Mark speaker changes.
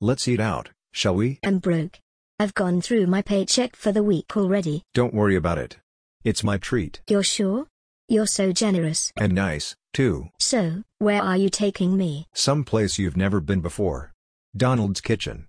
Speaker 1: Let's eat out, shall we?
Speaker 2: I'm broke. I've gone through my paycheck for the week already.
Speaker 1: Don't worry about it. It's my treat.
Speaker 2: You're sure? You're so generous.
Speaker 1: And nice, too.
Speaker 2: So, where are you taking me?
Speaker 1: Someplace you've never been before. Donald's Kitchen.